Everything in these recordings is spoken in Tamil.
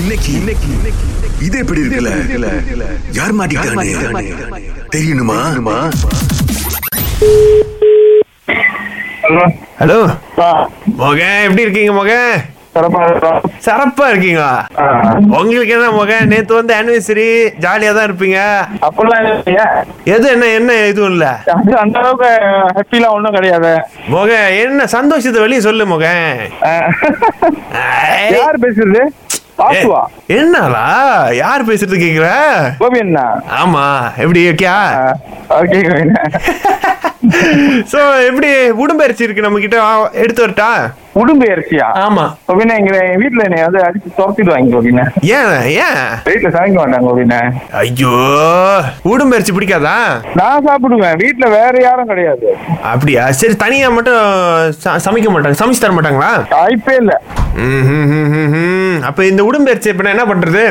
இன்னைக்கு இன்னைக்கு இது எப்படி இருக்குல்ல யார் மாட்டிக்கிட்டானே தெரியணுமா ஹலோ ஹலோ மொக எப்படி இருக்கீங்க மொக சிறப்பா இருக்கீங்களா உங்களுக்கு என்ன மொக நேத்து வந்து ஆனிவர்சரி ஜாலியா தான் இருப்பீங்க அப்பெல்லாம் இல்லையா எது என்ன என்ன எதுவும் இல்ல அது அந்த அளவுக்கு ஹாப்பிலாம் ஒன்றும் கிடையாது மொக என்ன சந்தோஷத்தை வெளியே சொல்லு மொக அஹ், ஐ, யார் பேசுறது ஏய், பாசுவா என்னடா யார் பேசுறது கேக்குற கோபி அண்ணா ஆமா எப்படி இருக்கியா அஹ், ஓகே கோவிந்தா சோ எப்படி உடம்பயிற்சி இருக்கு நம்ம கிட்ட எடுத்து வரட்டா உடும்பு இறைச்சியா ஆமா கோபினா இங்க என் வீட்டுல என்னை வந்து அடிச்சு துரத்திடுவாங்க கோபினா ஏன் ஏன் வீட்டுல சமைக்க மாட்டாங்க கோபினா ஐயோ உடம்பயிற்சி பிடிக்காதா நான் சாப்பிடுவேன் வீட்டுல வேற யாரும் கிடையாது அப்படியா சரி தனியா மட்டும் ச- சமைக்க மாட்டாங்க சமைச்சு தர மாட்டாங்களா வாய்ப்பே இல்ல ம், ம், ம், ம், ம். அப்ப இந்த உடம்பெயர்ச்சி இப்ப என்ன பண்றது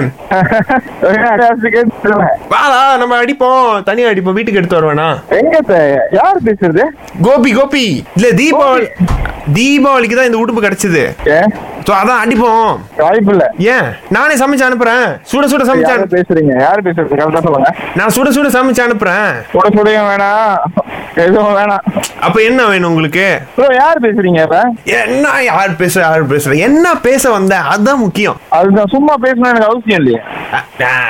கோவிந்தா, அடிச்சு கேட்டுருவேன். வாடா நம்ம அடிப்போம் தனியா அடிப்போம் வீட்டுக்கு எடுத்து வருவேனா எங்க த- யார் பேசுறது கோபி கோபி இல்ல தீபாவளி தீபாவளிக்கு தான் இந்த உடுப்பு கிடைச்சது ஏ சோ அதான் அடிப்போம் வாய்ப்பு இல்ல ஏன் நானே சமைச்சு அனுப்புறேன் சுட சுட சமைச்சு யாரு அனுப்பு பேசுறீங்க யார் பேசுறது கரெக்டா சொல்லுங்க நான் சுட சுட சமைச்சு அனுப்புறேன் கூட சுடையும் வேணாம் எதுவும் வேணாம் அப்ப என்ன வேணும் உங்களுக்கு ப்ரோ யார் பேசுறீங்க இப்ப என்ன யார் பேச யார் பேசுற என்ன பேச வந்த அதுதான் முக்கியம் அதுதான் சும்மா பேசணும் எனக்கு அவசியம் இல்லையா அ-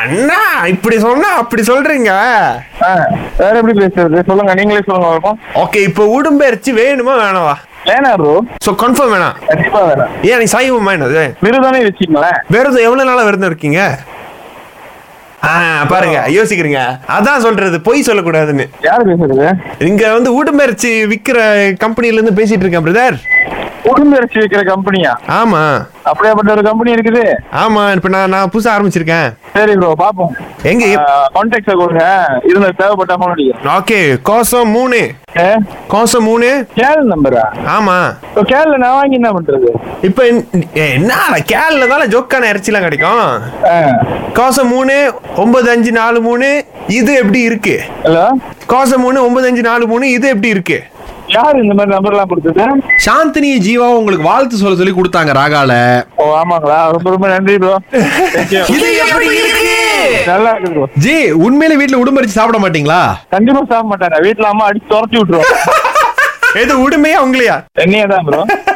அண்ணா இப்படி சொன்னா அப்படி சொல்றீங்க ஆ, வேற எப்படி பேசுறது சொல்லுங்க நீங்களே சொல்லுங்க பார்ப்போம் ஓகே இப்போ உடும்பெயர்ச்சி வேணுமா வேணாவா வேணாம் ப்ரோ சோ கன்ஃபார்ம் வேணாம் கண்டிப்பா வேணாம் ஏன் நீ சாய்வமா என்னது விருதானே வச்சுக்கங்களேன் விரதம் எவ்வளவு நாளா விரதம் இருக்கீங்க ஆ பாருங்க யோசிக்கிறீங்க அதான் சொல்றது பொய் சொல்லக்கூடாதுன்னு யார் பேசுறது இங்க வந்து உடும்பெயர்ச்சி விக்கிற கம்பெனில இருந்து பேசிட்டு இருக்கேன் பிரதர் உடம்பு இறைச்சி வைக்கிற கம்பெனியா ஆமா அப்படியாப்பட்ட ஒரு கம்பெனி இருக்குது ஆமா இப்ப நான் நான் புதுசா ஆரம்பிச்சிருக்கேன் சரி ப்ரோ பாப்போம் எங்க கான்டாக்ட் கொடுங்க இருந்த தேவைப்பட்ட ஃபோன் அடிக்கிறேன் ஓகே கோசம் மூணு ஏ, கோசம் மூணு கேள் நம்பரா ஆமா இப்போ கேள்ல நான் வாங்கி என்ன பண்றது இப்ப என்ன கேள்ல தானே ஜோக்கான இறைச்சிலாம் கிடைக்கும் ஆ, கோசம் மூணு ஒன்பது அஞ்சு நாலு மூணு இது எப்படி இருக்கு ஹலோ கோசம் மூணு ஒன்பது அஞ்சு நாலு மூணு இது எப்படி இருக்கு யார் இந்த மாதிரி நம்பர்லாம் கொடுத்தது சாந்தினி ஜீவா உங்களுக்கு வாழ்த்து சொல்ல சொல்லி கொடுத்தாங்க ராகால ஓ ஆமாங்களா ரொம்ப ரொம்ப நன்றி ப்ரோ இது எப்படி இருக்கு நல்லா இருக்குது ப்ரோ ஜி உண்மையில வீட்டுல உடும்பரிச்சு சாப்பிட மாட்டீங்களா கண்டிப்பா சாப்பிட மாட்டாங்க வீட்ல அம்மா அடிச்சு துரத்தி விட்டுருவோம் எது உடுமையா உங்களையா என்னையே தான் ப்ரோ